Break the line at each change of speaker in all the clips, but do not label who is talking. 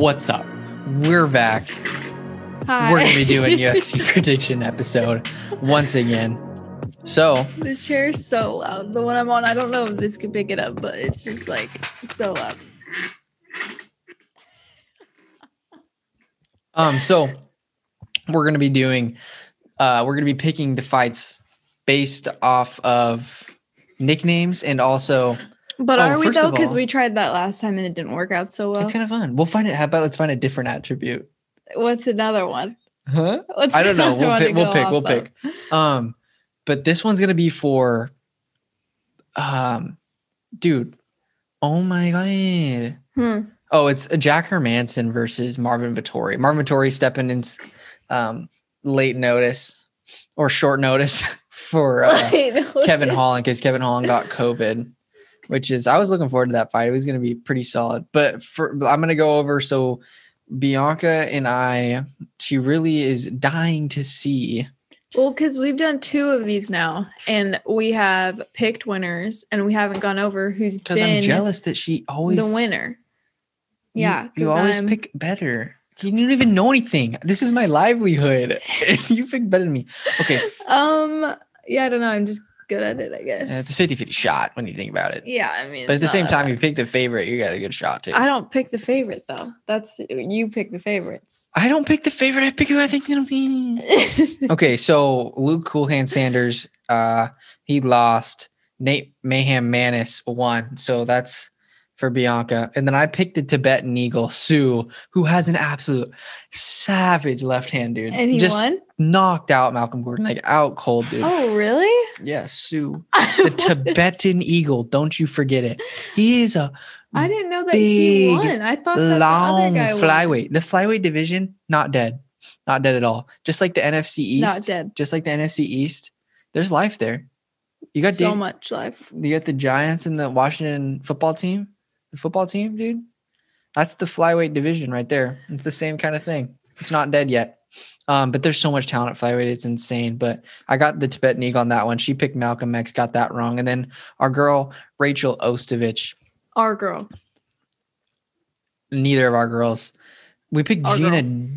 What's up? We're back.
Hi.
We're gonna be doing UFC prediction episode once again. So
this chair is so loud. The one I'm on, I don't know if this can pick it up, but it's just like so loud.
um so we're gonna be doing uh we're gonna be picking the fights based off of nicknames and also
But
Oh,
are we
first
though?
of
Because
all-
we tried that last time and it didn't work out so well.
it's kind of fun. We'll find it. How about let's find a different attribute?
What's another one?
Huh?
What's
I don't know.
another
We'll
one to
pick. We'll
go
pick. We'll
off of?
pick. Um, but this one's gonna be for, um, dude. Oh my god.
Hmm.
Oh, it's Jack Hermanson versus Marvin Vittori. Marvin Vittori stepping in, um, late notice or short notice for uh,
Wait,
Kevin
what?
Holland because Kevin Holland got COVID, which is I was looking forward to that fight. It was going to be pretty solid. But for I'm going to go over so Bianca and I, she really is dying to see.
Well, because we've done two of these now, and we have picked winners, and we haven't gone over who's
Because I'm
been
jealous that she always
the winner.
you-
Yeah,
you,
'cause um,
always
I'm-
pick better. You don't even know anything. This is my livelihood. you pick better than me. Okay,
Um. Yeah, I don't know. I'm just good at it, I guess.
it's a 50 50 shot when you think about it.
Yeah, I mean.
But at
it's
the same
not that
time,
bad.
you pick the favorite, you got a good shot too.
I don't pick the favorite though. That's you pick the favorites.
I don't pick the favorite. I pick who I think it'll be. okay, so Luke Coolhand Sanders, uh, he lost. Nate Mayhem Manis won. So that's for Bianca. And then I picked the Tibetan Eagle, Sue, who has an absolute savage left hand, dude.
and he
Just
won.
knocked out Malcolm Gordon, like out cold, dude.
Oh, really?
Yeah, Sue. The
I
Tibetan Eagle. Don't you forget it. He is a
didn't know that he
big,
won. I thought that
long
the other guy won.
flyweight. The flyweight division, not dead. Not dead at all. Just like the NFC East
Not dead.
just like the NFC East, there's life there. You got
so
Dan-
much life.
you got the Giants and the Washington football team, the football team, dude. That's the flyweight division right there. It's the same kind of thing. It's not dead yet. Um, but there's so much talent at flyweight, it's insane. But I got the Tibetan Eagle on that one. She picked Malcolm X, got that wrong. And then our girl Rachel Ostovich,
Our girl.
neither of our girls, we picked
Our girl.
Gina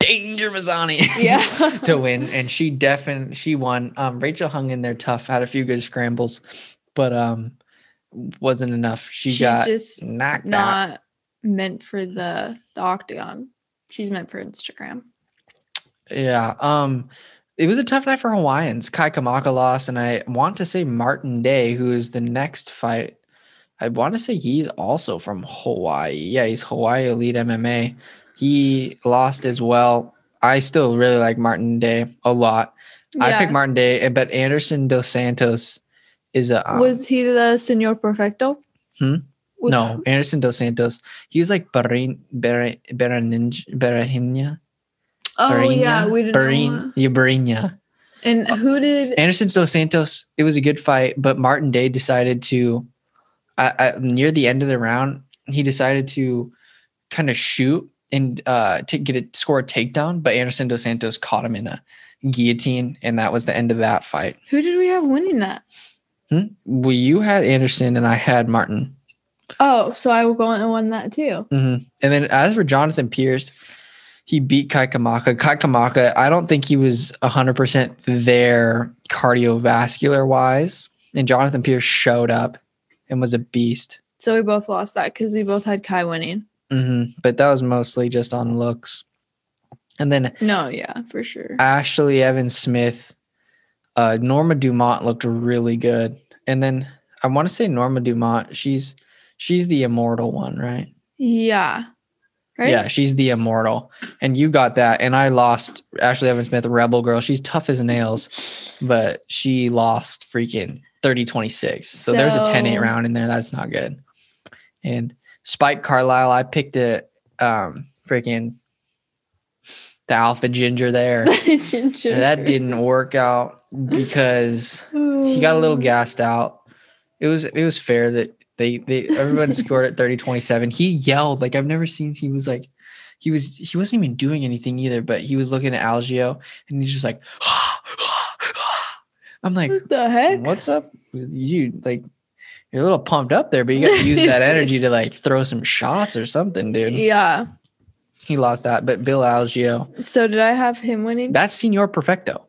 Danger Mazzani.
Yeah.
to win, and she definitely she won. Um, Rachel hung in there tough, had a few good scrambles, but um, wasn't enough. She
She's
got
just
knocked out.
not meant for the, the octagon. She's meant for Instagram.
Yeah. Um, it was a tough night for Hawaiians. Kai Kamaka lost, and I want to say Martin Day, who is the next fight. I want to say he's also from Hawaii. Yeah, he's Hawaii Elite MMA. He lost as well. I still really like Martin Day a lot. I pick Martin Day, and- but Anderson Dos Santos is a um,
was he the Senor Perfecto?
Hmm?
Which-
no Anderson Dos Santos. He was like Barin Barin Barinia.
Oh yeah, we didn't. know
Barin
that.
yeah, Barinia.
And who did?
Anderson Dos Santos. It was a good fight, but Martin Day decided to I, I, near the end of the round. He decided to kind of shoot and uh to get it score a takedown, but Anderson Dos Santos caught him in a guillotine, and that was the end of that fight.
Who did we have winning that?
Hmm? Well, you had Anderson, and I had Martin.
Oh, so I will go and won that too.
hmm And then as for Jonathan Pierce, he beat Kai Kamaka. Kai Kamaka, I don't think he was 100% there cardiovascular wise. And Jonathan Pierce showed up and was a beast.
So we both lost that because we both had Kai winning.
hmm But that was mostly just on looks. And then
No, yeah, for sure.
Ashley Evans Smith, uh, Norma Dumont looked really good. And then I want to say Norma Dumont, she's she's the immortal one, right?
yeah. Right?
Yeah, she's the immortal. And you got that. And I lost Ashley Evan Smith, Rebel Girl. She's tough as nails, but she lost freaking 30 26. So, there's a 10 8
So-
round in there. That's not good. And Spike Carlisle, I picked it um freaking the alpha ginger there. And that didn't work out because he got a little
Mm.
gassed out. It was it was fair that they they everyone scored at 30 27. He yelled like I've never seen he was like he was he wasn't even doing anything either, but he was looking at Algio and he's just like I'm like,
What the heck?
what's up? with You like you're a little pumped up there, but you gotta use that energy to like throw some shots or something, dude.
Yeah.
he lost that, but Bill Algio.
So did I have him winning?
That's Senor Perfecto.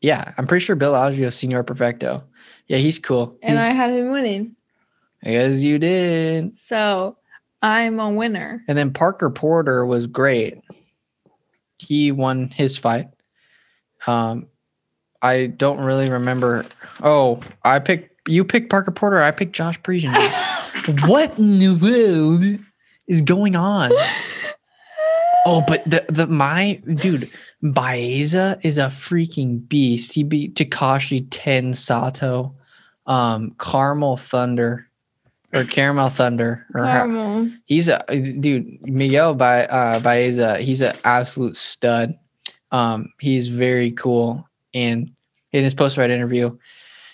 Yeah, I'm pretty sure Bill Algio is Senor Perfecto. Yeah, he's cool.
and I
He's-
had him winning.
I guess you did.
So I'm a winner.
And then Parker Porter was great. He won his fight. Um, I don't really remember. Oh, I picked you picked Parker Porter. I picked Josh Parisian. what in the world is going on? Oh, but the the my dude Baeza is a freaking beast. He beat Takashi Ten Sato, um, Carmel Thunder, or Caramel Thunder, or how-
Caramel.
he's a dude miguel by uh baeza he's an absolute stud um he's very cool and in his post fight interview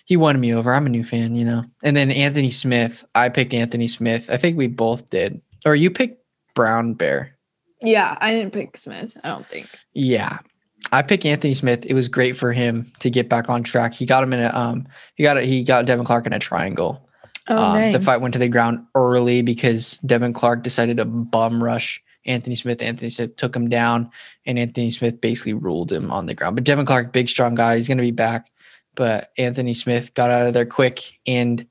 he won me over i'm a new fan you know and then anthony smith i picked anthony smith i think we both did or you picked brown bear
Yeah, I didn't pick Smith. I don't think.
yeah i picked anthony smith it was great for him to get back on track he got him in a um he got a, he got devin clark in a triangle
Oh,
um, the
dang.
fight went to the ground early because Devin Clark decided to bum rush Anthony Smith. Anthony Smith took him down, and Anthony Smith basically ruled him on the ground. But Devin Clark, big strong guy, he's going to be back. But Anthony Smith got out of there quick and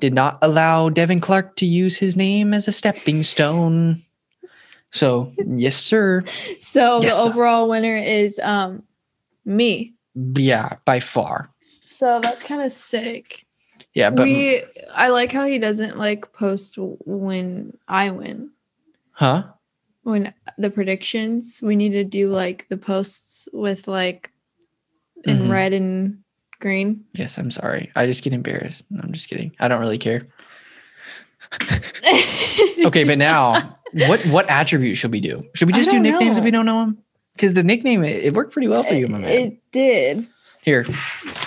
did not allow Devin Clark to use his name as a stepping stone. So, yes, sir.
So
Yes,
the
sir.
overall winner is um me.
Yeah, by far.
So that's kind of sick.
Yeah, but
we I like how he doesn't like post when I win.
huh?
When the predictions, we need to do like the posts with like in
Mhm.
red and green.
Yes, I'm sorry. I just get embarrassed. No, I'm just kidding. I don't really care. okay, but now what what attribute should we do? Should we
I
just do
don't
nicknames if we
know.
don't know them? Because the nickname it, it worked pretty well for you, my man.
It did.
Here,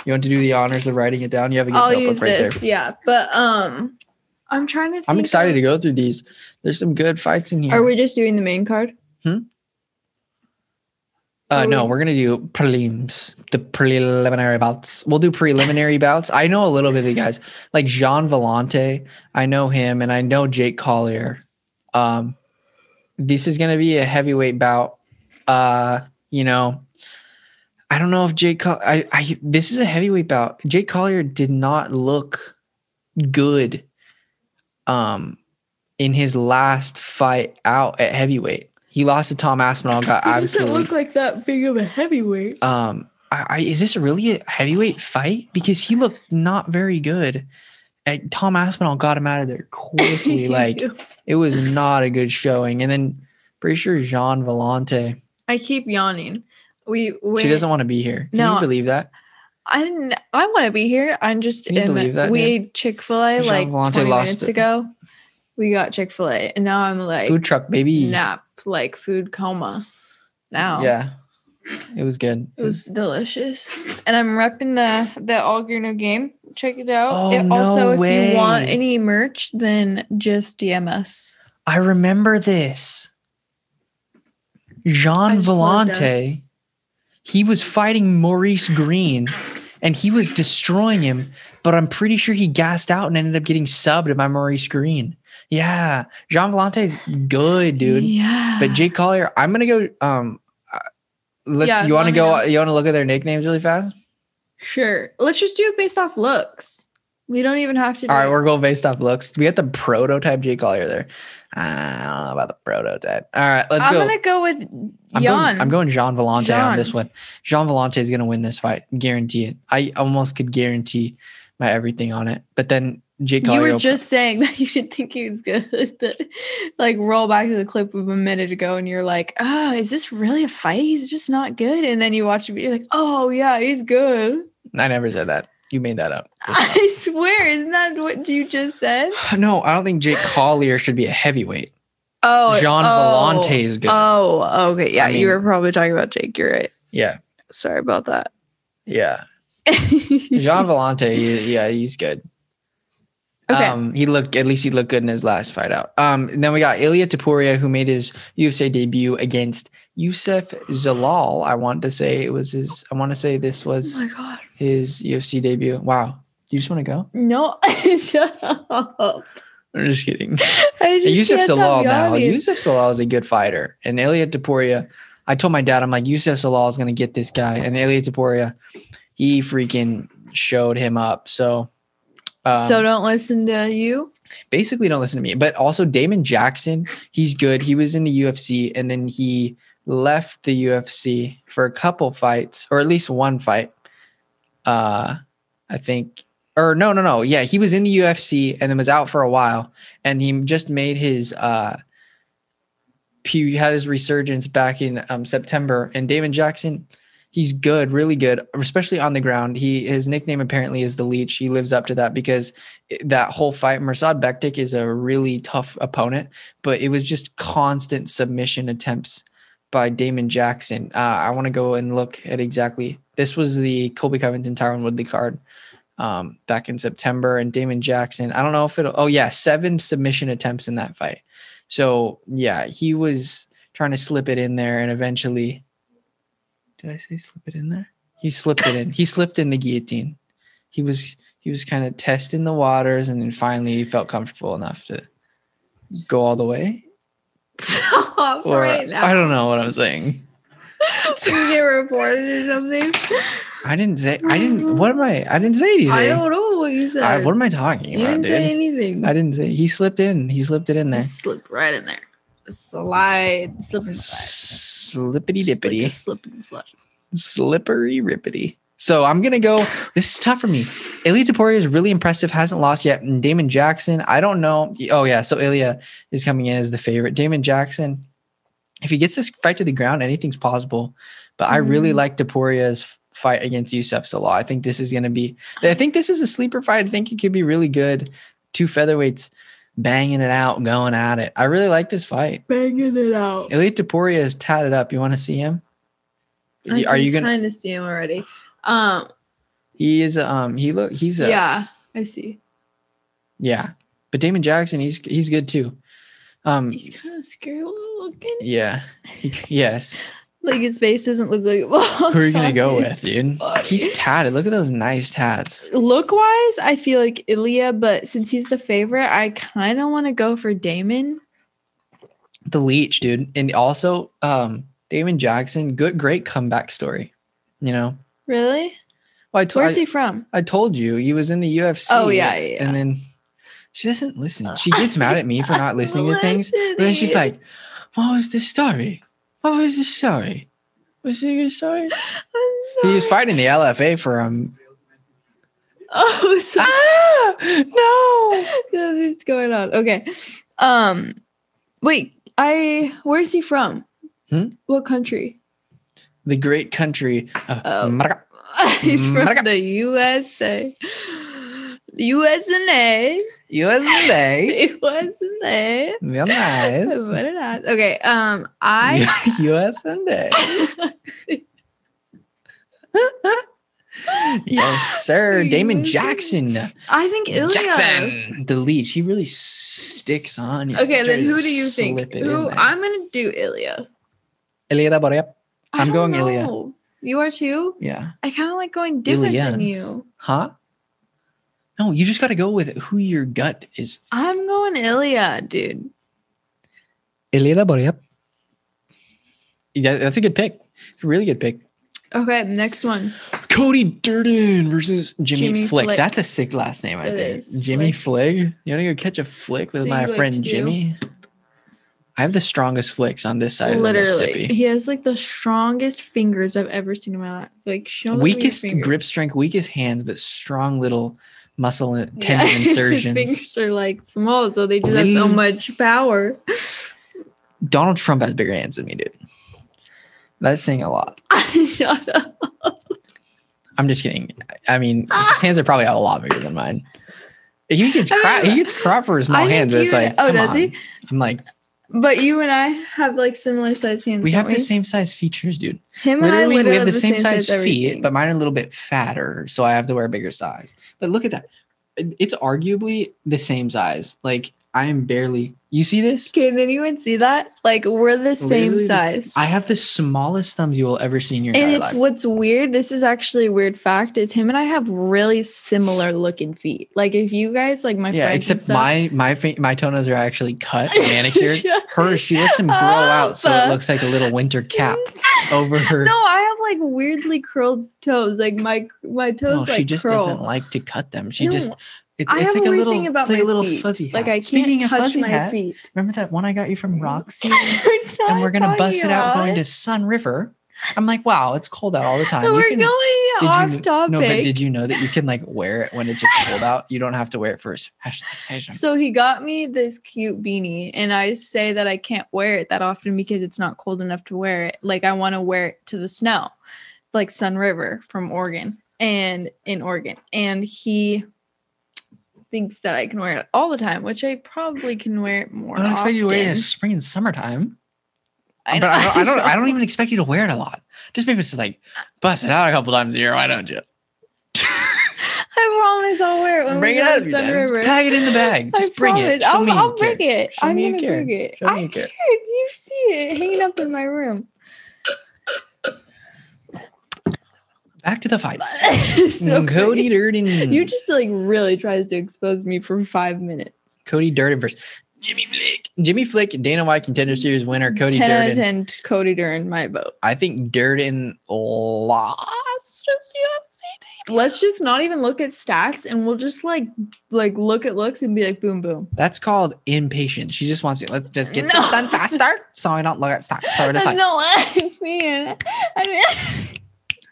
you want to do the honors of writing it down? You have a good
I'll
notebook
use
right
this.
there.
Yeah. But um I'm trying to think
I'm excited to
of-
go through these. There's some good fights in here.
Are we just doing the main card?
uh,
are
no,
we-
we're gonna do prelims, the preliminary bouts. We'll do preliminary bouts. I know a little bit of the guys, like Jean Vellante. I know him, and I know Jake Collier. Um, this is gonna be a heavyweight bout. Uh, you know, I don't know if Jake. Coll- I, I this is a heavyweight bout. Jake Collier did not look good. Um, in his last fight out at heavyweight, he lost to Tom Aspinall. Got absolutely
like that big of a heavyweight.
um I, I is this really a heavyweight fight because he looked not very good and tom aspinall got him out of there quickly like it was not a good showing and then pretty sure jean Vellante,
I keep yawning. We went,
she doesn't want to be here can
No,
you believe that
I didn't, I want to be here. I'm just
Can you believe that,
we
dude?
ate Chick Fil A
Jean
like
Vellante
20
lost
minutes
it.
ago. We got Chick Fil A, and now I'm like
food truck baby
nap, like food coma. Now,
yeah it was good
it was delicious, and I'm repping the the all green new game. Check it out.
Oh,
It-
no
also, if you want
way.
any merch, then just DM us.
i remember this jean
just loved us.
Vellante, he was fighting maurice green and he was destroying him. But I'm pretty sure he gassed out and ended up getting subbed by Maurice Green. Yeah, Jean Vlante's good, dude.
yeah,
But Jake Collier, I'm gonna go. Um, uh, let's.
Yeah,
you want
let
to
me
go?
know.
You want to look at their nicknames really fast?
sure, let's just do it based off looks. We don't even have to. Do
All right,
it.
we're going based off looks. We got the prototype Jake Collier there. Uh, I don't know about the prototype. All right, let's
I'm
go.
gonna go with
I'm
Jan.
going. I'm going Jean Vellante on this
Jean.
one. Jean Vellante is going to win this fight, guarantee it. I almost could guarantee my everything on it. But then Jake
You
Collier.
were
will-
just saying that you didn't think he was good, but like roll back to the clip of a minute ago, and you're like, "Oh, is this really a fight? He's just not good." And then you watch it, you're like, "Oh yeah, he's good."
I never said that. You made that up.
I swear, isn't that what you just said?
no, I don't think Jake Collier should be a heavyweight.
Oh,
Jean
oh,
Vellante is good.
Oh, okay, yeah,
I mean-
you were probably talking about Jake. You're right.
yeah,
Sorry about that.
yeah. Jean Vellante, he- yeah, he's good.
Okay.
Um, he looked at least he looked good in his last fight out. Um, and then we got Ilya Tapuria, who made his UFC debut against Yusef Zalal. I want to say it was his. I want to say this
oh
was
my god.
his UFC debut. Wow, you just want to go?
No, shut up.
I'm just kidding.
I
And
just
Yusuf
can't tell
Salal
the
now.
audience.
Yusuf Salal is a good fighter. And Elliot Taporia, I told my dad, I'm like, Yusuf Salal is going to get this guy. And Elliot Taporia, he freaking showed him up. So, um,
so don't listen to you.
basically don't listen to me. But also Damon Jackson, he's good. He was in the UFC and then he left the UFC for a couple fights, or at least one fight. Uh I think or no, no, no. Yeah, he was in the UFC and then was out for a while. And he just made his uh he had his resurgence back in um September. And Damon Jackson, he's good, really good, especially on the ground. He his nickname apparently is the leech. He lives up to that because that whole fight, Mursad Bektik is a really tough opponent, but it was just constant submission attempts by Damon Jackson. Uh, I want to go and look at exactly this was the Colby Covington Tyron Woodley card um, back in September, and Damon Jackson. I don't know if it'll. Oh yeah, seven submission attempts in that fight. So yeah, he was trying to slip it in there, and eventually, did I say slip it in there? He slipped it in. He slipped in the guillotine. He was he was kind of testing the waters and then finally he felt comfortable enough to go all the way
Stop
or
right
i
now.
don't know what i'm saying
So you get reported or something.
i didn't say i didn't what am i i didn't say anything
I don't know what you said.
I- what am i talking
you
about
didn't say
dude
anything.
i didn't say he slipped in he slipped it in there
Just slip right in there. Slide, slip and slide.
slippity
Just like a
dippity
slip and slide.
slippery rippity so I'm gonna go. This is tough for me. Ilya Taporia is really impressive. Hasn't lost yet. And Damon Jackson, I don't know. Oh yeah, so Ilya is coming in as the favorite. Damon Jackson, if he gets this fight to the ground, anything's possible. But I really
Mhm.
like Taporia's f- fight against Yusef Salah. I think this is gonna be. I think this is a sleeper fight. I think it could be really good. Two featherweights banging it out, going at it. I really like this fight.
Banging it out.
Ilya Taporia is tatted up. You want to see him? Are you gonna?
kind of see him already? Um,
He is. Um. He look. He's a.
yeah, I see.
Yeah. But Damon Jackson, he's he's good too. Um
He's kind of scary looking.
yeah. He- yes.
Like his face doesn't look like.
Who are you gonna go with, dude?
funny.
He's tatted. Look at those nice tats.
Look wise, I feel like Ilya, but since he's the favorite, I kind of want to go for Damon.
The leech, dude. And also, um, Damon Jackson, good great comeback story. You know?
Really?
Well, I, to-
Where's
I,
he from?
I told you he was in the UFC.
Oh, yeah, yeah, yeah.
And then she doesn't listen. She gets mad at me for not listening to things. But then she's like, "What was the story? What was the story? Was it a good story?" He was fighting the LFA for um.
Oh, sorry.
Ah, no.
What's going on? Okay. Um, wait. I. Where's he from?
Hmm?
What country?
The great country of
Oh.
Maraca-
He's from
Mm, America.
the USA. USA.
USA.
USA.
Real nice.
What an ass. Okay. Um, I.
USA. yes, sir. Damon
USA.
Jackson.
I think Ilya.
Jackson. The leech. He really sticks on you.
Okay, then
Tries to
who do you think?
slip it in
Who
there.
I'm gonna do Ilya.
Elena Borea.
I
I'm
don't
going Ilya.
know. You are too.
Yeah.
I kind of like going different than
Ilyans.
you.
Huh? No, you just got to go with who your gut is.
I'm going Ilya, dude.
Elena Borea. Yeah, that's a good pick. Really good pick.
Okay, next one.
Cody Durden versus Jimmy,
Jimmy
Flick.
Flick.
That's a sick last name, I
It
think.
is,
Jimmy Flick. You want to go catch a flick with
So
my
you like
friend
to do-
Jimmy? I have the strongest flicks on this side of the
Literally,
Mississippi.
he has like the strongest fingers I've ever seen in my life. Like, show me
Weakest
your finger.
grip strength, weakest hands, but strong little muscle and
Yeah,
tendon
His
insertions.
fingers are like small, so they just have so
Lean.
much power.
Donald Trump has bigger hands than me, dude. That's saying a lot.
Shut up.
I'm just kidding. I mean, his hands are probably a lot bigger than mine. He gets
Ah! I mean,
crap. He gets crap for his small
I think
hands, but it's
you-
like,
oh,
come
does he?
on. I'm like,
But you and I have like similar size hands.
we have
don't
the same size features, dude.
Him and I
literally,
literally
we have the same, size,
everything.
feet, but mine are a little bit fatter, so I have to wear a bigger size. But look at that. It- It's arguably the same size. Like I am barely. You see this?
Can anyone see that? Like we're the same
Literally,
size.
I have the smallest thumbs you will ever see in your
and
entire
it's
life.
what's weird. This is actually a weird fact. Is him and I have really similar looking feet. Like if you guys like my
yeah,
friends, and
except
stuff-
my my fi- my toenails are actually cut, and manicured.
Yeah.
Hers, she lets them grow out, so
Up.
it looks like a little winter cap over her.
No, I have like weirdly curled toes. Like my my toes
No,
like
Oh, she just
curl.
doesn't like to cut them. She
No,
just it,
I
it's
have
like a
weird
little
thing about
it's like
my
a little
feet.
fuzzy hat.
Like I can't
Speaking of
touch
fuzzy
my
hat,
feet.
remember that one I got you
Mm.
from Roxy?
We're
and we're gonna
not
bust it out
talking
going
about
to
it.
Sun River. I'm like, wow, it's cold out all the time. You
We're
can- did
going
you
off
kn-
topic.
No, but did you know that you can like wear it when it's just cold out? You don't have to wear it first.
So he got me this cute beanie, and I say that I can't wear it that often because it's not cold enough to wear it. Like I want to wear it to the snow, like Sun River from Oregon, and in Oregon, and he thinks that I can wear it all the time, which I probably can wear it more.
I don't expect you to wear it in
often.
spring and summertime.
I
but I don't, I don't.
know.
I don't even expect you to wear it a lot. Just maybe it's just like bust it out a couple times a year. Why don't you?
I promise I'll wear it when
bring
we
it
go
out
to
of you
Oh, Sun River.
then. Pack it in the bag. Just
I
bring it.
promise.
Show
I'll,
me you
I'll
care.
bring it.
Show
I'm
me you
gonna
care.
bring it.
Show me
I
you care.
cared. You see it hanging up in my room.
Back to the fights. Mm,
so
Cody
Cody,
Durden.
you just like really tries to expose me for five minutes.
Cody Durden versus Jimmy Flick. Jimmy Flick, Dana White Contender Series winner, Cody
ten out
Durden.
of ten. Cody Durden, my vote.
I think Durden lost just UFC.
Let's just not even look at stats, and we'll just like like look at looks and be like, boom, boom.
That's called impatient. She just wants it. Let's just get
No.
this done faster. So I don't look at stocks. So it's
That's
like
not what I mean. I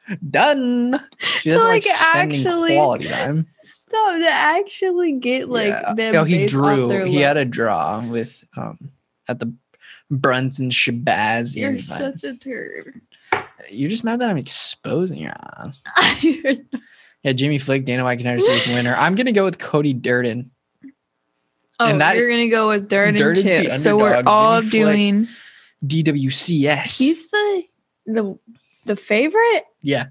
mean,
done. She doesn't like,
Like,
spending
actually-
quality time.
stop to actually get like
Yeah.
them.
Oh, he
based off
drew.
their
He had a
looks.
draw with um at the Brunson Shabazz.
You're
You're,
such a turd.
You're just mad that I'm exposing your ass.
You're
Yeah, Jimmy Flick, Dana White Contender Series winner. I'm gonna go with Cody Durden.
Oh,
And that-
you're gonna go with Durden
Durden's
too.
the
so we're
underdog.
all
Jimmy Flick.
doing.
DWCS.
He's the the the favorite.
yeah.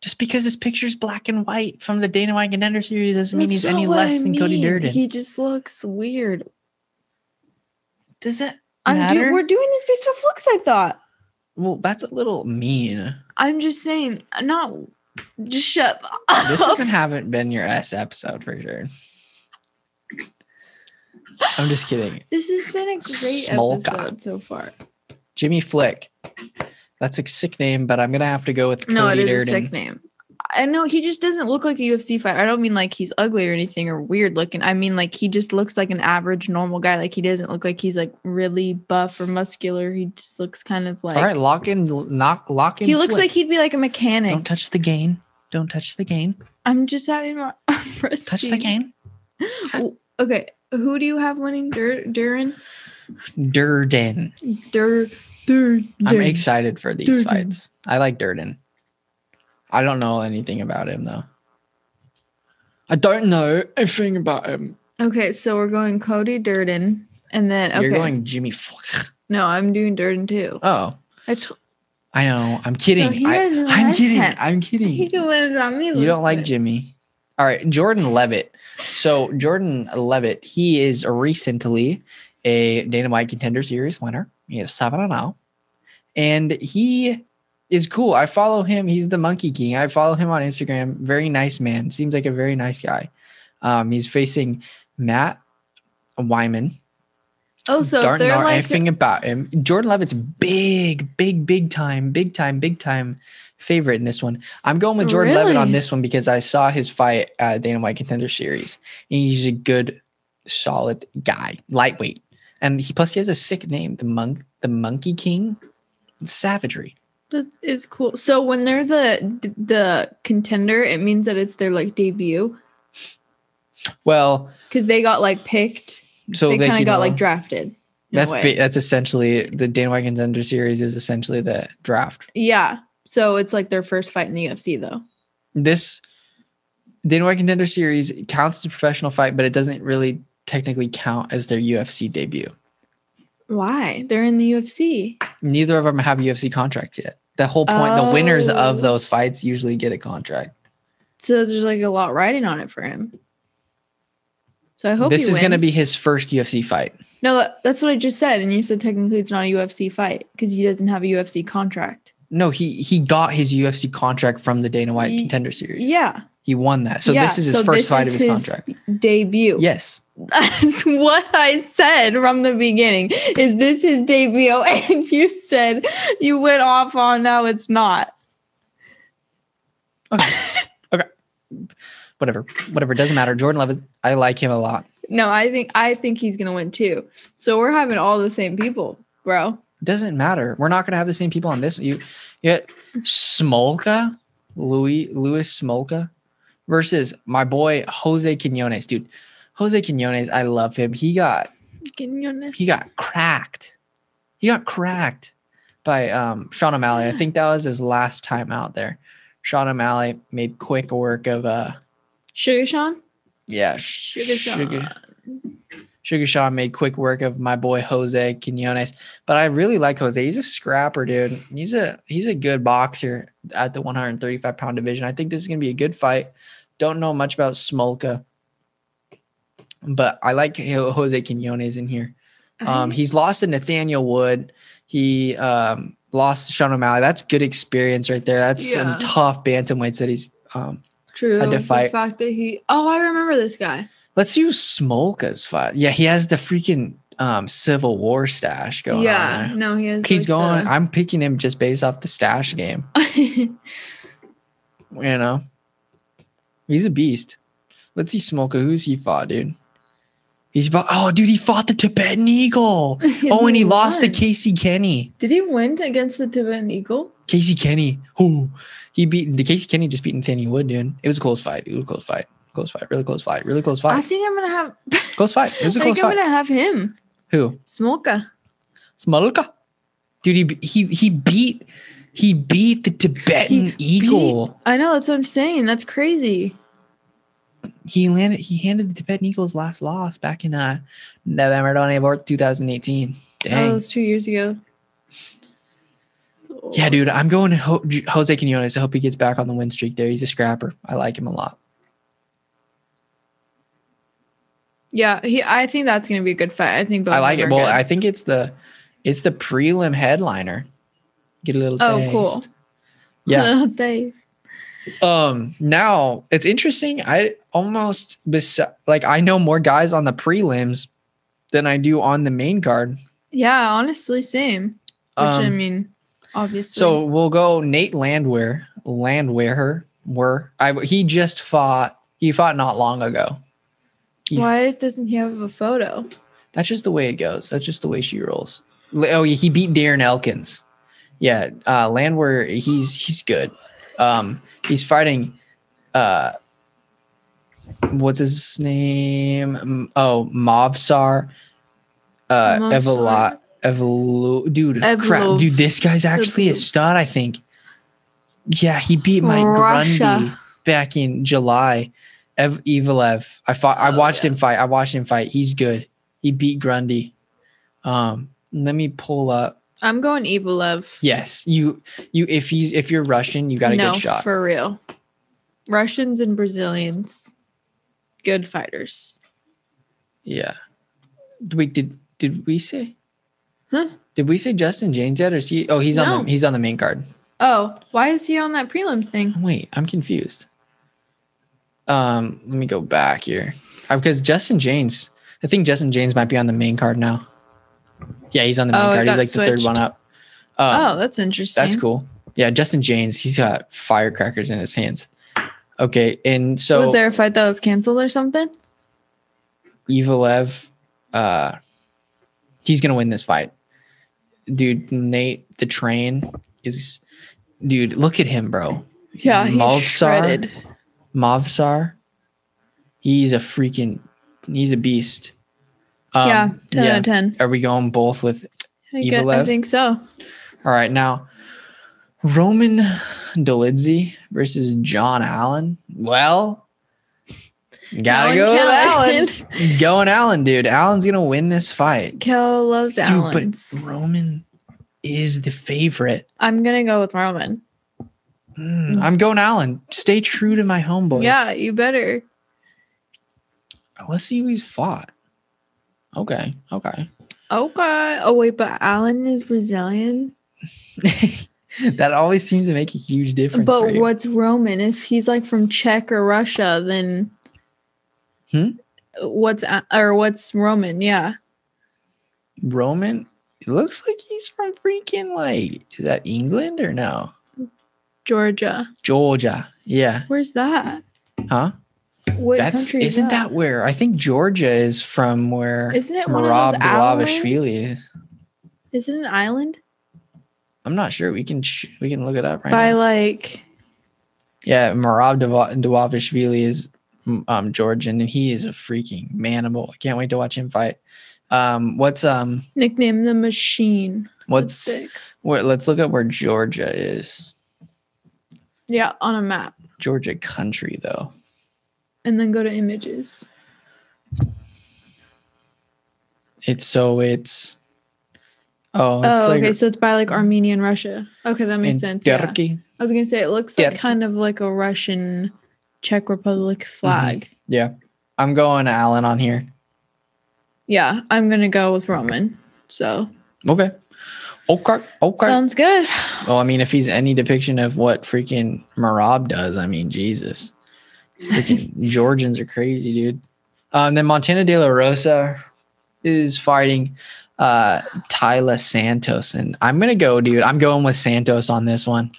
Just because his picture's black and white from the Dana White Contender Series doesn't mean
That's
he's any
not what
less
I
than Cody
mean.
Durden.
He just looks weird.
Does it
I'm
matter?
do- we're doing this based off looks. I thought.
well, that's a little mean.
I'm just saying. Not just shut up.
This isn't haven't been your S episode for sure. I'm just kidding.
This has been a great
Small
episode
cock.
so far.
Jimmy Flick. That's a sick name, but I'm gonna have to go with Cody
no, it is
Durden.
a sick name. I know he just doesn't look like a UFC fighter. I don't mean like he's ugly or anything or weird looking. I mean like he just looks like an average normal guy. Like he doesn't look like he's like really buff or muscular. He just looks kind of like
All right, lock in, knock, lock in.
he looks
Flick.
like he'd be like a
Don't
mechanic.
touch the gain. Don't touch the gain.
I'm just having my breast.
Touch the gain.
Okay, who do you have winning? Dur- Durin?
Durden.
Dur- Dur-
I'm
Durin.
excited for these
Durden.
fights. I like Durden. I don't know anything about him though. I don't know anything about him.
Okay, so we're going Cody Durden, and then okay.
You're going Jimmy Flick.
no, I'm doing Durden too.
Oh,
I t-
I know. I'm kidding.
he
I,
doesn't
am
like
kidding.
him.
I'm
he
kidding.
can win it on me.
You don't like
Jim.
Jimmy. All right, Jordan Levitt. So Jordan Levitt, he is recently a Dana White Contender Series winner. He is seven and zero, and he is cool. I follow him. He's the Monkey King. I follow him on Instagram. Very nice man. Seems like a very nice guy. Um, he's facing Matt Wyman.
Oh, so if
Darn
they're
not
like
anything about him. Jordan Levitt's big, big, big time, big time, big time favorite in this one. I'm going with Jordan Levitt on
Really?
this one because I saw his fight at Dana White Contender Series, and he's a good, solid guy, lightweight, and he plus he has a sick name, the monk, the Monkey King, It's savagery.
that is cool. So when they're the d- the contender, it means that it's their like debut
Well,
because they got like picked.
so
they
like,
kind
you
of got
know,
like drafted. in a
That's
way.
ba- that's essentially the Dana White Contender Series is essentially the draft
yeah. So it's like their first fight in the UFC though.
this Dana White Contender Series counts as a professional fight, but it doesn't really technically count as their UFC debut.
Why? They're in the UFC.
Neither of them have UFC contracts yet. The whole point, the winners of
Oh.
those fights usually get a contract.
So there's like a lot riding on it for him. So I hope
this
he
is going to
wins.
be his first UFC fight.
No, that- that's what I just said, and you said technically it's not a UFC fight because he doesn't have a UFC contract.
No, he he got his UFC contract from the Dana White
Ye-
Contender Series.
Yeah.
He won that. So
yeah,
this is his
so
first
this
fight
is
of his, contract.
Debut.
Yes.
That's what I said from the beginning. Is this his debut? And you said you went off on no, it's not.
Whatever. Whatever. It doesn't matter. Jordan Love is I like him a lot.
No, I think I think he's gonna win too. So we're having all the same people, bro.
Doesn't matter. We're not gonna have the same people on this. You yeah. Smolka, Louis Louis Smolka versus my boy Jose Quinones. Dude, Jose Quinones, I love him. He got
Can you honest?
he got cracked. He got cracked by um, Sean O'Malley. I think that was his last time out there. Sean O'Malley made quick work of uh
Sugar Sean?
yeah
Sugar Sean.
Sugar Sean made quick work of my boy Jose Quinones, but I really like Jose. He's a scrapper, dude. He's a he's a good boxer at the 135 pound division. I think this is gonna be a good fight. Don't know much about Smolka, but I like Jo- Jose Quinones in here. Um, he's lost to Nathaniel Wood. He um, lost to Sean O'Malley. That's good experience right there. That's
Yeah.
some tough bantamweights that he's. Um,
True.
had to
The
fight.
fact that he oh, I remember this guy.
let's use Smolka's fight. Yeah, he has the freaking um, Civil War stash going on
yeah.
there.
No, he has
He's going.
like
I'm picking him just based off the stash game.
the-
You know, he's a beast. Let's see Smolka. Who's he fought, dude? He's about. Oh, dude, he fought the Tibetan Eagle. oh, and he lost to
won.
Casey Kenny.
Did he win against the Tibetan Eagle?
Casey Kenny. Who he beat the Casey Kenny just beat Nathaniel Wood, dude. It was a close fight. It was a close fight. Close fight. Really close fight. Really close
I
fight.
think I'm gonna have
Close fight. It
I
was a
think
close
I'm
fight.
gonna have him.
Who?
Smolka.
Smolka. Dude, he he he beat he beat the Tibetan
He
Eagle.
I know that's what I'm saying. That's crazy.
He landed he handed the Tibetan Eagles last loss back in uh November 24th, 2018.
Oh, it
Dang.
was two years ago.
yeah, dude, I'm going to Ho- J- Jose Quinones. I hope he gets back on the win streak there. He's a scrapper. I like him a lot.
Yeah, he. I think that's gonna be a good fight. I think. both
I
of
like
them
it.
are
Well,
good.
I think it's the it's the prelim headliner. Get a little
Oh,
taste.
cool.
Yeah.
Oh, Thanks.
um now it's interesting. I almost bes- like I know more guys on the prelims than I do on the main card.
Yeah. Honestly, same. Which I
Um,
mean, obviously.
So we'll go Nate Landwehr, Landwehr, were I he just fought he fought not long ago. he-
why doesn't he have a photo?
That's just the way it goes. That's just the way she rolls. L- Oh, yeah, he beat Darren Elkins. Yeah, uh, Landwehr, he's he's good. Um, he's fighting. Uh, what's his name? M- Oh, Mavsar. Uh,
Mavsar?
Evala, Evolu, dude, crap,
Evlov.
dude, this guy's actually a
Evlov.
stud, I think. Yeah, he beat Mike Grundy
Russia.
back in July. Ev Evalev. I fought. I
Oh,
watched
yeah.
him fight. I watched him fight. He's good. He beat Grundy. Um, let me pull up.
I'm going evil love.
Yes, you. You. If he's if you're Russian, you got a
no,
good shot.
for real. Russians and Brazilians, good fighters.
yeah. Wait. Did did we say?
Huh?
Did we say Justin James yet? Or is he? Oh, he's on
No.
the he's on the main card.
Oh, why is he on that prelims thing?
Wait, I'm confused. Um, let me go back here Uh, because Justin James. I think Justin James might be on the main card now. Yeah, he's on the main
Oh, it
card. He's
got
like the third
switched.
one up. Um,
oh, that's interesting.
That's cool. Yeah, Justin James, he's got firecrackers in his hands. Okay, and so
was there a fight that was canceled or something?
Evalev, uh, he's gonna win this fight, dude. Nate the train is, dude. Look at him, bro.
Yeah, he's
Mavsar?
shredded.
Mavsar, he's a freaking, he's a beast. Um,
yeah, ten out of ten.
Are we going both with?
I, get, I
Evalev?
think so.
All right, now Roman Dolidze versus John Allen. Well, gotta
Alan
go with Allen.
Callan.
Going Allen, dude. Allen's gonna win this fight.
Kel loves Allen's.
Dude, but Roman is the favorite.
I'm gonna go with Roman. Mm.
Mm, I'm going Allen. Stay true to my homeboy.
Yeah, you better.
Let's see who he's fought. Okay. Okay.
Okay. Oh wait, but Alan is Brazilian.
that always seems to make a huge difference.
but
right?
what's Roman? If he's like from Czech or Russia, then
Hmm?
what's A- or what's Roman? Yeah.
Roman? It looks like he's from freaking like is that England or no?
Georgia.
Georgia. Yeah.
Where's that?
Huh?
What
That's
country is
isn't that where I think Georgia is from where
Isn't it one
Marab
of those islands?
Dvalishvili is.
Is it an island?
I'm not sure. We can sh- we can look it up right
By
now.
like
Yeah, Marab Dava- Dvalishvili is mm, um Georgian and he is a freaking manimal. I can't wait to watch him fight. Um what's um
nickname the machine. That's
what's
sick.
where let's look up where Georgia is.
Yeah, on a map.
Georgia country though.
And then go to images.
It's so it's Oh, it's
oh,
like
okay. So it's by like Armenia and Russia. Okay, that makes
in
sense. yeah.
Turkey.
I was gonna say it looks like
Turkey.
kind of like a Russian Czech Republic flag.
Yeah. I'm going Allen on here.
Yeah, I'm gonna go with Roman. So
Okay. Okay. Okay.
sounds good.
well, I mean, if he's any depiction of what freaking Marab does, I mean, Jesus. Freaking Georgians are crazy, dude. Um, then Montana De La Rosa is fighting uh Tyler Santos. And I'm gonna go, dude. I'm going with Santos on this one.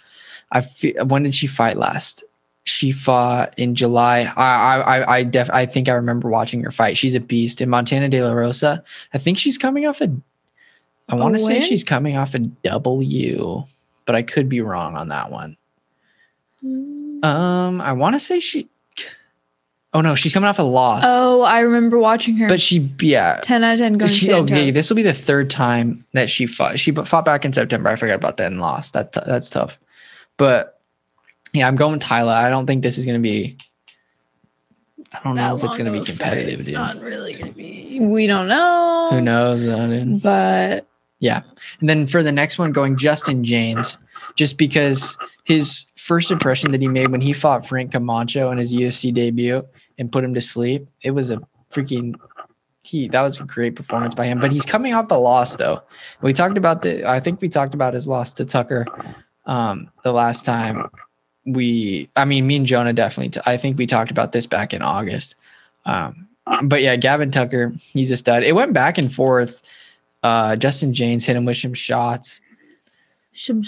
I feel, when did she fight last? She fought in July. I I I- I def I think I remember watching her fight. She's a beast. And Montana De La Rosa, I think she's coming off a I want to say
win?
she's coming off a W, but I could be wrong on that one. Um, I want to say she Oh no, she's coming off a loss.
Oh, I remember watching her.
But she yeah,
ten out of ten going
she,
Santos.
okay, this will be the third time that she fought. She b- fought back in September. I forgot about that and lost. That that's tough. But yeah, I'm going with Tyler. I don't think this is going to be. I don't know if it's going to be competitive,
It's
dude.
not really gonna be. We don't know.
Who knows? I didn't-
But
And then for the next one, going Justin James, just because his first impression that he made when he fought Frank Camacho in his UFC debut and put him to sleep, it was a freaking he that was a great performance by him. But he's coming off a loss though. We talked about the I think we talked about his loss to Tucker um the last time we I mean me and Jonah definitely t- I think we talked about this back in August. Um but yeah, Gavin Tucker, he's a stud. It went back and forth. Uh Justin James hit him with some shots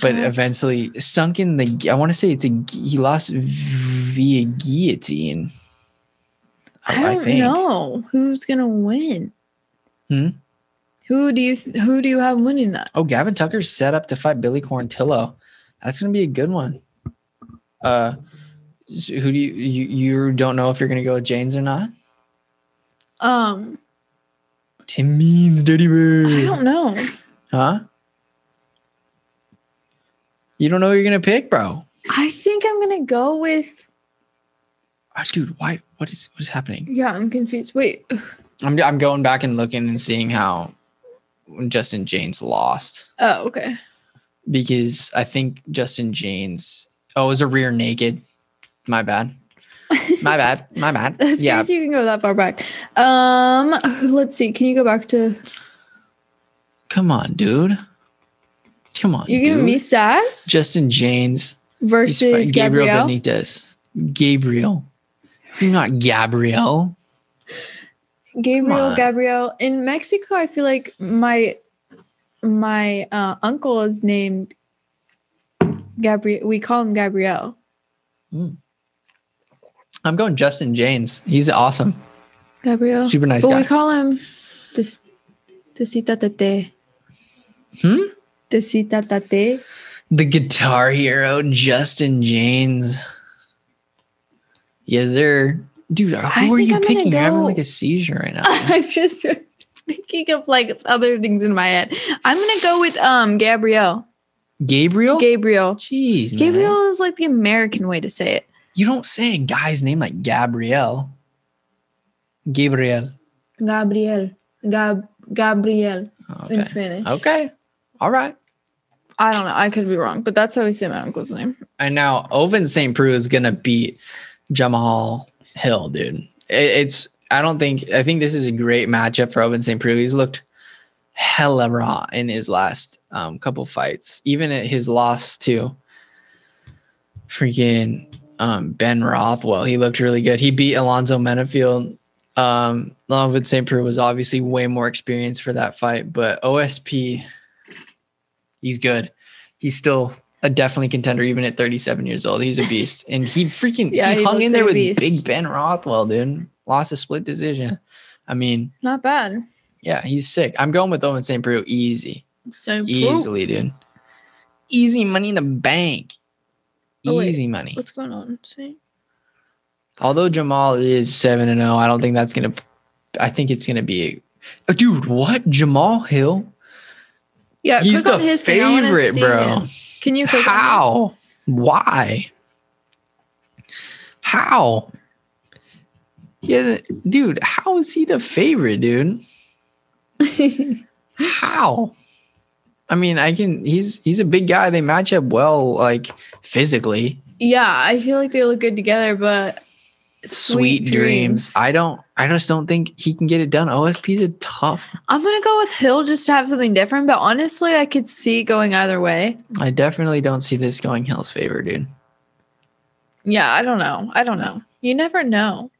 but eventually sunk in the gu- i want to say it's a gu- he lost via guillotine
I don't know who's gonna win.
Hmm?
Who do you th- who do you have winning that?
oh gavin tucker's set up to fight billy corntillo that's gonna be a good one uh s- who do you, you you don't know if you're gonna go with james or not
Um,
tim means dirty bird
I don't know.
huh you don't know who you're gonna pick bro
I think I'm gonna go with.
Ah, dude why what is what is happening
Yeah, I'm confused. Wait,
i'm i'm going back and looking and seeing how justin james lost
oh okay.
because I think Justin James. Oh, it was a rear naked. My bad. My bad. My bad.
That's
yeah.
crazy. You can go that far back. Um, let's see. Can you go back to?
Come on, dude. Come on,
You
dude.
giving me sass
Justin James he's fi-
versus
Gabriel
Gabrielle?
Benitez. Gabriel. Is he not Gabriel? Come
Gabriel,
on.
Gabriel. In Mexico, I feel like my my uh, uncle is named Gabriel. We call him Gabriel.
I'm going Justin James. He's awesome.
Gabriel.
Super nice
but
guy.
we call him Des- Desita Tate.
Hmm?
Desita Tate.
the guitar hero Justin James. Yes, sir. Dude, who
I
are
think
you
I'm gonna
picking? You're having
go-
like a seizure right now.
I'm just thinking of like other things in my head. I'm gonna go with um Gabrielle. Oh.
Gabriel?
Gabriel.
Jeez, man.
Gabriel is like the American way to say it.
You don't say a guy's name like Gabriel. Gabriel.
Gabriel. Gab Gabriel in
Okay.
Spanish.
Okay. All right.
I don't know. I could be wrong, but that's how we say my uncle's name.
And now Ovin St. Preux is gonna beat Jamal Hill, dude. It- it's I don't think I think this is a great matchup for Open St. Preux. He's looked hella raw in his last um, couple fights, even at his loss to freaking um, Ben Rothwell. He looked really good. He beat Alonzo Menafield. Um, Longwood St. Preux was obviously way more experienced for that fight, but OSP, he's good. He's still a definitely contender, even at 37 years old. He's a beast. And he freaking
Yeah,
he
he
hung
looks
in there
like
with
a beast.
Big Ben Rothwell, dude. Lost a split decision. I mean,
Not bad.
yeah, he's sick. I'm going with Owen St. Preux easy.
So
Easily, dude. Easy money in the bank.
Oh, wait.
easy money.
What's going on? See?
Although Jamal is 7 and 0, I don't think that's going to I think it's going to be Oh, dude, what? Jamal Hill?
Yeah,
He's
click
the
on his thing. I wanna
favorite,
see
bro.
him. Can you click on his?
How? Why? How? He hasn't, dude. How is he the favorite, dude? How? I mean, I can. He's he's a big guy. They match up well, like physically.
yeah, I feel like they look good together, but
Sweet,
Sweet
dreams.
dreams.
I don't. I just don't think he can get it done. OSP's a tough.
I'm gonna go with Hill just to have something different. But honestly, I could see it going either way.
I definitely don't see this going Hill's favor, dude.
Yeah, I don't know. I don't know. You never know.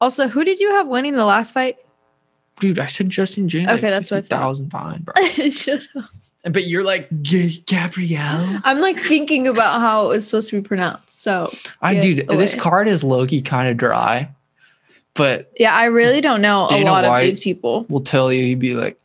Also, who did you have winning the last fight?
Dude, I said Justin James.
Okay, that's what I thought.
Thousand fine, bro.
Shut up.
But you're like "G- Gabrielle.
I'm like thinking about how it was supposed to be pronounced. So
I
Get
dude, this
away.
card is Loki kind of dry, but
yeah, I really don't know a
Dana
lot
White.
of these people.
we'll tell you he'd be like,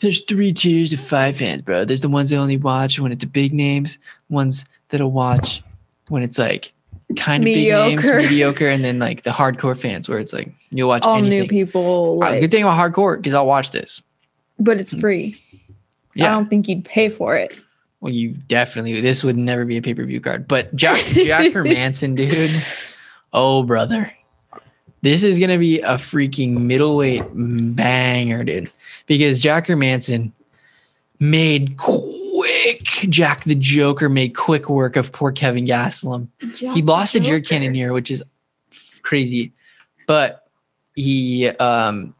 "There's three tiers of five fans, bro. There's the ones that only watch when it's the big names, ones that'll watch when it's like kind of big
Mediocre.
names, mediocre, and then like the hardcore fans where it's like you'll watch
All
anything."
new people,
Uh,
like,
good thing about hardcore because I'll watch this.
but it's free.
Mm. Yeah,
I don't think you'd pay for it.
well, you definitely this would never be a pay per view card, but Jack Jack Hermanson, dude. Oh, brother. This is going to be a freaking middleweight banger, dude. Because Jack Hermanson made quick, Jack the Joker made quick work of poor Kevin Gastelum. He lost to Jared Cannonier, which is crazy, but he um,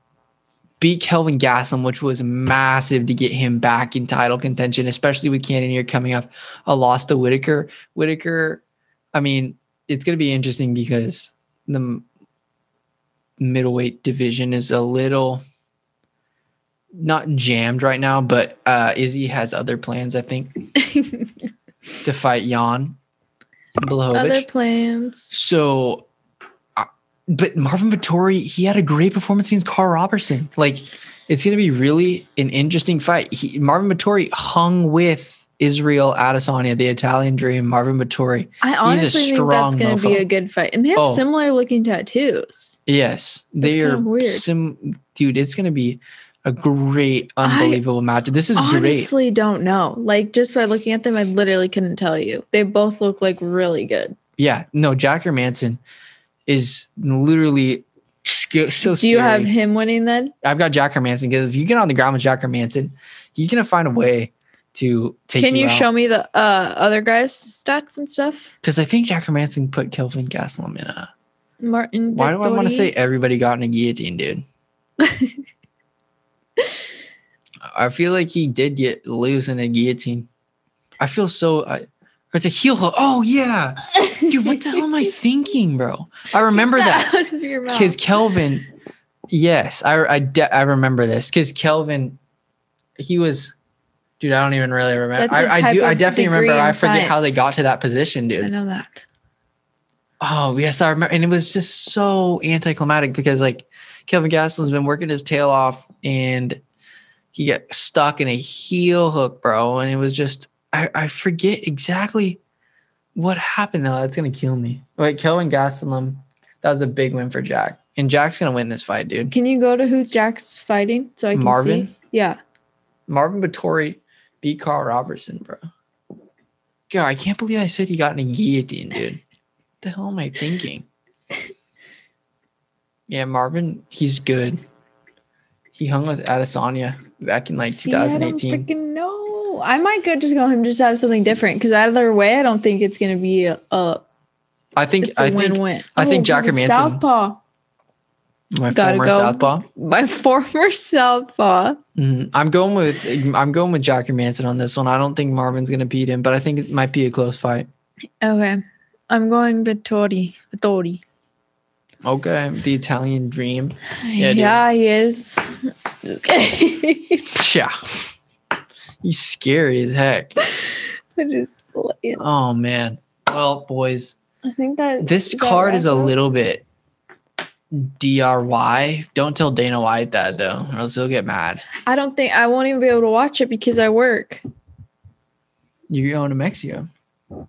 beat Kelvin Gastelum, which was massive to get him back in title contention, especially with Cannonier coming off a loss to Whitaker. Whitaker, I mean, it's going to be interesting because the m- middleweight division is a little not jammed right now, but uh, Izzy has other plans, I think, to fight Jan Blahovic.
Other plans.
So, I- but Marvin Vittori, he had a great performance against Carl Robertson. Like, it's going to be really an interesting fight. He, Marvin Vittori hung with Israel Adesanya, the Italian Dream. Marvin Vittori,
I
a
honestly think
strong
that's going to be
mofo.
a good fight. And they have
Oh.
similar looking tattoos.
yes, they
That's
are
kinda weird.
sim. Dude, it's going to be a great, unbelievable match. This is great.
honestly don't know. Like just by looking at them, I literally couldn't tell you. They both look like really good.
Yeah, no, Jack Manson is literally sca- so.
Do you have
scary.
him winning then?
I've got Jack Hermanson because if you get on the ground with Jack Hermanson, he's gonna find a way to take.
Can you,
out.
show me the uh, other guys' stats and stuff?
Because I think Jack Hermanson put Kelvin Gastelum in a.
Martin.
Why do I want
Vittori?
to say everybody got in a guillotine, dude? I feel like he did get loose in a guillotine. I feel so. I, it's a heel hook. Oh yeah, dude. What the hell am I thinking, bro? I remember
Get
that.
out of your mouth.
because Kelvin, yes, I I, de- I remember this because Kelvin, he was, dude. I don't even really remember.
That's a
I, I
type
do. I
of
definitely remember.
degree in
I forget how they
science.
got to that position,
I
dude.
know that.
Oh yes, I remember, and it was just so anticlimactic because like Kelvin Gastelum's been working his tail off, and he got stuck in a heel hook, bro, and it was just I, I forget exactly what happened. though. that's gonna kill me. Like Kelvin Gastelum, that was a big win for Jack, and Jack's gonna win this fight, dude.
Can you go to who Jack's fighting so I can
Marvin?
see? Yeah.
Marvin Vittori beat Carl Robertson, bro. God, I can't believe I said he got in a guillotine, dude. the hell am I thinking? Yeah, Marvin, he's good. He hung with Adesanya back in like
See, I
2018.
don't freaking know. I might go just go him just have something different because either way, I don't think it's gonna be a, a
I think
it's a
I think
win-win. Oh,
I think
he's
Jacker
a
Manson-
Southpaw.
My
Gotta
former
go.
southpaw.
My former southpaw.
Mhm. I'm going with I'm going with Jocker Manson on this one. I don't think Marvin's gonna beat him, but I think it might be a close fight.
Okay. I'm going Vittori. Vittori.
Okay, the Italian Dream. Yeah,
Yeah,
dude.
he is. I
Yeah, he's scary as heck.
just,
Oh man. Well, boys,
I think that
this
that
card is a
wraps up.
little bit DRY. Don't tell Dana White that though, or else he'll get mad.
I don't think I won't even be able to watch it because I work.
You're going to Mexico.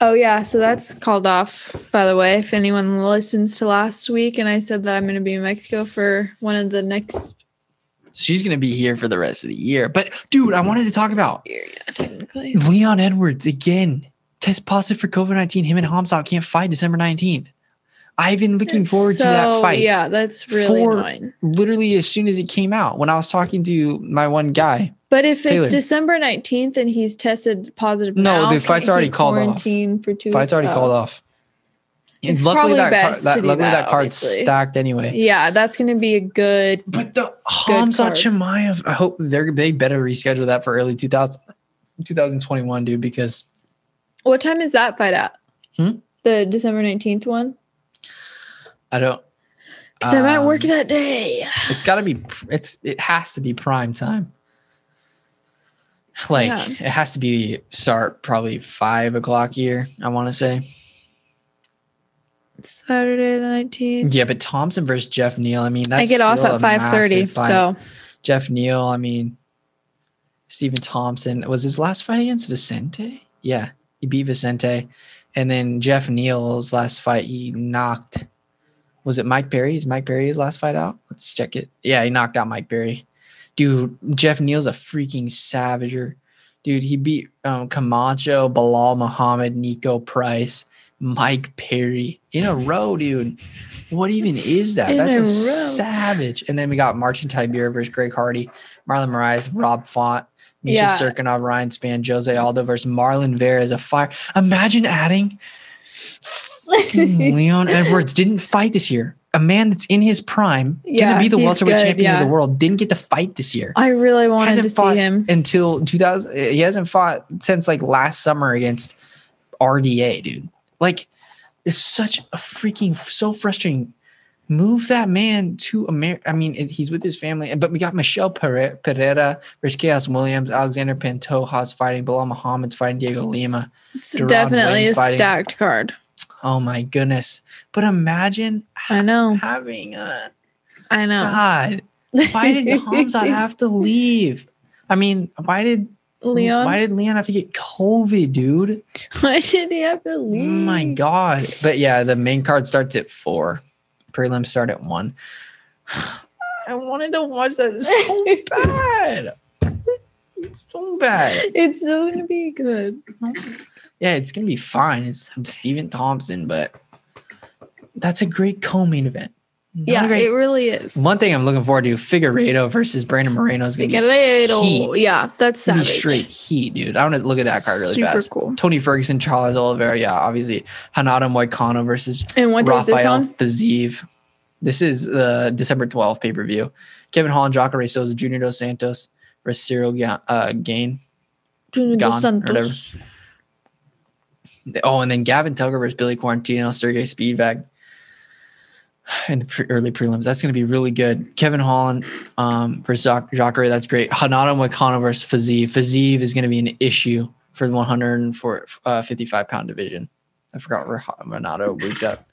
Oh yeah, so that's called off. By the way, if anyone listens to last week and I said that I'm going to be in Mexico for one of the next
She's gonna be here for the rest of the year. But dude, I wanted to talk about
year, yeah, technically.
Leon Edwards again test positive for COVID nineteen. Him and Hamzat can't fight December nineteenth. I've been looking forward to that
So,
fight.
Yeah, that's really
for-
annoying.
Literally as soon as it came out, when I was talking to my one guy,
But if
Taylor.
it's December 19th and he's tested positive,
No,
now,
the fight's
can't he
already called off.
quarantine for two.
fight's
weeks?
already
Oh.
called off. And
It's
luckily
probably
that, car-
best to
that
do
luckily that
that,
card's
obviously.
stacked anyway.
Oh, Yeah, that's going to be a good.
But the
Good
Hamzat
card.
Chimaev, I hope they're they better reschedule that for early 2000, 2021, dude, because
What time is that fight at?
Hmm?
The December 19th one?
I don't
Because I'm at work
Um,
that day.
it's got to be it's it has to be prime time like
Yeah.
it has to be start probably five o'clock here i want to say
It's Saturday the 19th.
yeah but thompson versus jeff neal i mean that's
I get off
still
at
a
5:30.
massive fight.
So
jeff neal i mean stephen thompson was his last fight against vicente yeah he beat vicente and then jeff neal's last fight he knocked was it mike perry is mike perry his last fight out let's check it yeah he knocked out mike perry dude jeff neal's a freaking savager dude he beat um, camacho balal muhammad nico price mike perry in a row dude what even is that
In
that's
a
a,
row.
savage and then we got marcin Tibera versus greg hardy marlon moraes rob font misha
Yeah.
serkinov ryan span jose aldo versus marlon vera is a fire imagine adding Leon Edwards didn't fight this year. A man that's in his prime,
Yeah,
gonna be the
he's
welterweight
good,
champion of
yeah.
the world, didn't get to fight this year
I really wanted
Hasn't
to
fought-
see him.
until 2000. He hasn't fought since like last summer against RDA, dude. Like, it's such a freaking so frustrating. Move that man to America. I mean, it- he's with his family, but we got Michelle Pere- Pereira versus Chaos Williams, Alexander Pantoja's fighting, Bilal Muhammad's fighting Diego Lima.
It's
Deron
definitely
Wayne's
a
fighting.
stacked card.
Oh my goodness. But imagine
I know.
having a
I know.
God. Uh, Why did Hamzat have to leave? I mean, why did
Leon?
Why did Leon have to get COVID, dude?
Why did he have to
Oh
leave?
my god. But yeah, the main card starts at four. Prelims start at one. I wanted to watch that so bad. So bad.
It's so gonna be good.
Yeah, it's gonna be fine. It's Steven Thompson, but that's a great co-main event. Not a
Yeah,
great
it really is.
One thing I'm looking forward to: Figueredo versus Brandon Moreno is going to be
Figueiredo.
heat.
Yeah, that's
It's gonna
savage.
be straight heat, dude. I want to look at that card really
Super
fast.
cool.
Tony Ferguson, Charles Oliveira, yeah, obviously Hanada Moicano versus
And what does this
Rafael
on?
Fazeev. This is uh, December 12th pay per view. Kevin Holland, Jacare Souza, Junior Dos Santos versus Cyril Ga- uh, Gain.
Junior
Gone, or
Dos
whatever.
Santos.
Oh, and then Gavin Tugger versus Billy Quarantino, Sergey Speedbag in the pre- early prelims. That's going to be really good. Kevin Holland um, versus Jac- Jacare. That's great. Hanato Moicano versus Fazeev. Fazeev is going to be an issue for the 155 uh, pound division. I forgot where Ha- Hanato moved up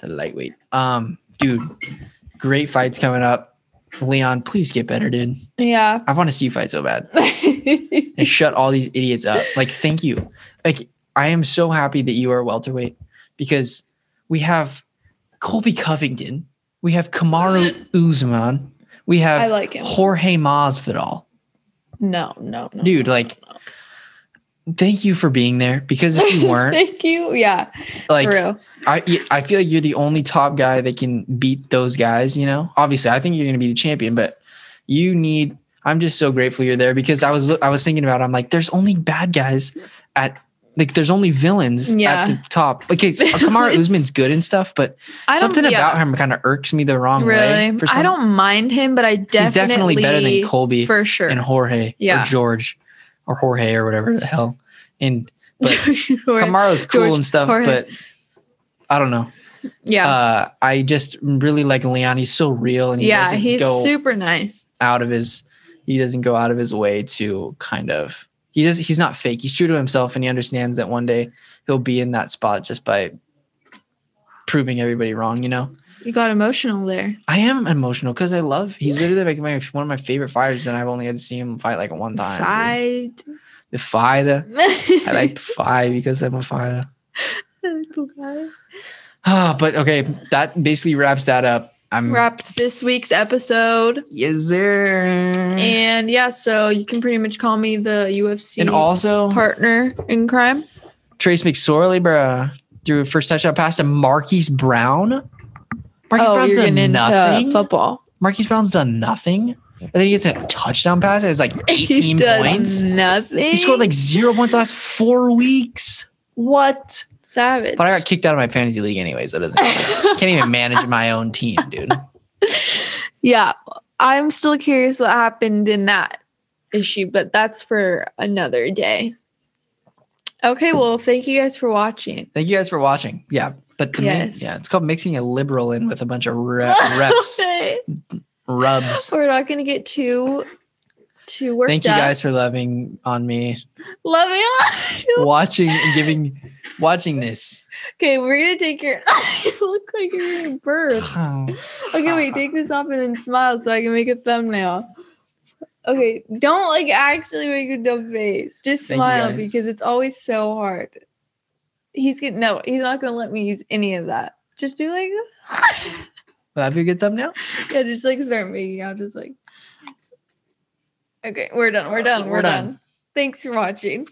the lightweight. Um, dude, great fights coming up. Leon, please get better, dude.
Yeah.
I want to see you fight so bad and shut all these idiots up. Like, thank you. Like, I am so happy that you are welterweight because we have Colby Covington, we have Kamaru Usman, we
I
have
like him.
Jorge Masvidal.
No, no, no.
Dude, like, thank you for being there because if you weren't,
Thank you. Yeah.
like,
for real.
I I feel like you're the only top guy that can beat those guys. You know, obviously, I think you're going to be the champion, but you need. I'm just so grateful you're there because I was I was thinking about. it, I'm like, there's only bad guys at like there's only villains
Yeah.
at the top. Like it's, Kamara
Villains.
Usman's good and stuff, but
I don't,
something
yeah,
about him kind of irks me the wrong way.
really.
for
I
some-
don't mind him, but I definitely
He's definitely better than Colby
for sure.
and Jorge
Yeah.
or George or Jorge or whatever the hell. And but
Or-
Kamaro's cool
George
and stuff,
Jorge.
but I don't know.
yeah,
Uh, I just really like Leon. He's so real and he
yeah,
doesn't
he's
go
super nice.
out of his he doesn't go out of his way to kind of he does he's not fake. He's true to himself and he understands that one day he'll be in that spot just by proving everybody wrong, you know.
You got emotional there.
I am emotional because I love he's literally like my one of my favorite fighters and I've only had to see him fight like one time. dude.
Fight.
The fighter. I
I
like the fight because I'm a fighter.
the guy.
Ah, but okay, that basically wraps that up. I'm
Wraps this week's episode.
yes, sir. And,
And yeah, so you can pretty much call me the UFC
also
partner in crime.
Trace McSorley, bruh, threw a first touchdown pass to Marquise Brown. Marquise Brown's
Oh, you're uh,
done
getting into
nothing.
football.
Marquise Brown's done nothing. And then he gets a touchdown pass. It's like 18
does
points.
Nothing.
He scored like zero points the last four weeks. What?
savage.
But I got kicked out of my fantasy league anyways. That doesn't. Can't even manage my own team, dude.
yeah, I'm still curious what happened in that issue, but that's for another day. Okay, well, thank you guys for watching.
Thank you guys for watching. Yeah, but to
Yes.
me, yeah, it's called mixing a liberal in with a bunch of re- reps, rubs.
We're not gonna get too too worked
Thank you
up.
guys for loving on me,
Love you. love you.
watching and giving, watching this.
Okay, we're gonna take your. you look like you're gonna burp. Okay, wait, take this off and then smile so I can make a thumbnail. Okay, don't like actually make a dumb face. Just
Thank you,
smile
guys.
because it's always so hard. He's gonna no, he's not gonna let me use any of that. Just do like
Will that be a good thumbnail?
yeah, just like start making out just like Okay, we're done. We're done. We're,
We're
done.
done.
Thanks for watching.